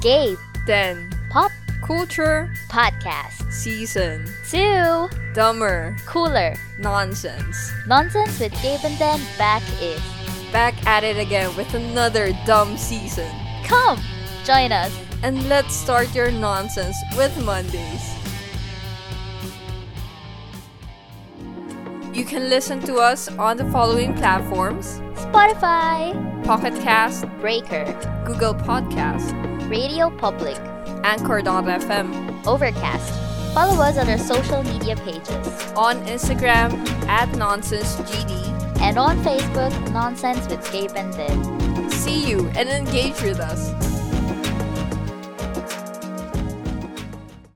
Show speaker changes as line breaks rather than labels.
Gabe
10.
Pop
Culture
Podcast
Season
2
Dumber
Cooler
Nonsense.
Nonsense with Gabe and Dan back is
Back at it again with another dumb season.
Come join us.
And let's start your nonsense with Mondays. You can listen to us on the following platforms
Spotify,
Pocket Cast,
Breaker,
Google Podcast,
Radio Public,
Anchor.fm,
Overcast. Follow us on our social media pages
on Instagram at NonsenseGD.
and on Facebook Nonsense with Gabe and Dan.
See you and engage with us.